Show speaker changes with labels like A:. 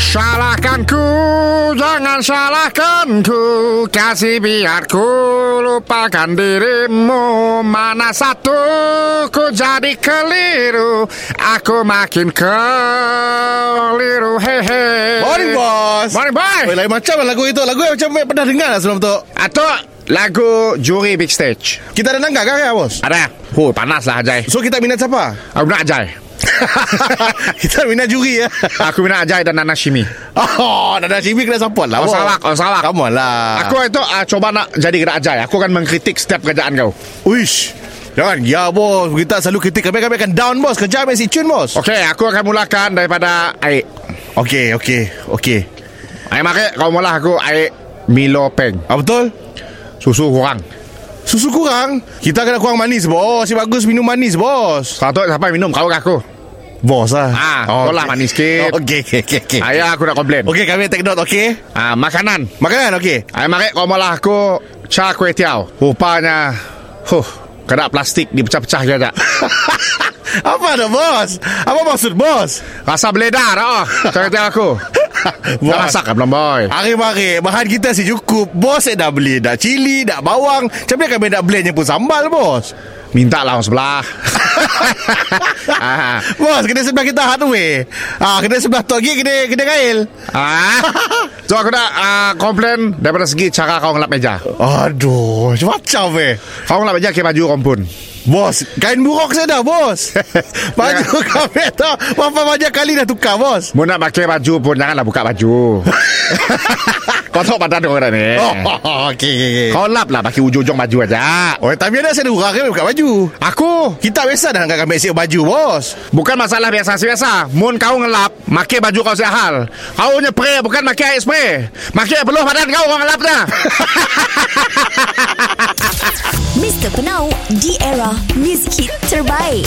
A: Salahkan ku, jangan salahkan ku Kasih biar ku lupakan dirimu Mana satu ku jadi keliru Aku makin keliru hehe
B: Morning bos
A: Morning
B: Oi,
A: boy
B: Lain macam lah lagu itu Lagu yang macam Mek pernah dengar lah sebelum tu
A: Atuk lagu Juri Big Stage
B: Kita ada nangka kan ya bos
A: Ada Oh panas lah Ajay
B: So kita minat siapa?
A: Aku nak Ajay
B: kita minat juri ya
A: Aku minat Ajay dan Nana Shimi
B: Oh Nada Cibi kena support lah
A: Orang
B: bos
A: Sarawak Orang Sarawak
B: Come on lah
A: Aku itu uh, coba nak jadi gerak Ajay Aku akan mengkritik setiap kerjaan kau
B: Uish Jangan Ya bos Kita selalu kritik Kami kami akan down bos Kerja Messi Chun bos
A: Okey, aku akan mulakan daripada air.
B: Okay okay Okay
A: Air marik, kau mula aku air Milo Peng.
B: Ah, betul?
A: Susu kurang.
B: Susu kurang Kita kena kurang manis bos Si bagus minum manis bos
A: Satu siapa yang minum kau ke aku?
B: Bos lah
A: Ah, kau lah manis sikit.
B: Okay okay okay, okay.
A: Ayah aku nak komplain.
B: Okay kami take note okay
A: Ah, makanan.
B: Makanan okay
A: Air marik kau mula aku cha kuih tiaw. Rupanya huh, kena plastik dipecah-pecah je tak.
B: Apa dah bos? Apa maksud bos?
A: Rasa beledar dah. Oh, kuih tiaw aku.
B: Bos.
A: Dah masak ke belum boy?
B: Hari-hari bahan kita si cukup Bos saya dah beli Dah cili, dah bawang Macam mana kami nak blendnya pun sambal bos?
A: Minta lah orang sebelah. ah,
B: Bos, kena sebelah kita hard way ah, Kena sebelah tu lagi, kena, kena kail
A: ah. So aku nak ah, komplain daripada segi cara kau ngelap meja.
B: Aduh, macam eh
A: Kau ngelap meja ke baju kompun.
B: Bos, kain buruk saya dah bos Baju kami tu Berapa banyak kali dah tukar bos?
A: Mu nak pakai baju pun Janganlah buka baju Kotor badan orang ni
B: Oh,
A: oh.
B: okay, okay, okay.
A: Kau lap lah Pakai ujung-ujung baju aja
B: Oh, tapi ada saya ada urang kan buka baju
A: Aku
B: Kita biasa dah angkat kami siap baju bos
A: Bukan masalah biasa-biasa Mun kau ngelap Pakai baju kau siap hal Kau punya spray Bukan pakai air spray Pakai peluh badan kau Orang ngelap dah
C: Mr. Penau, di era music hit terbaik.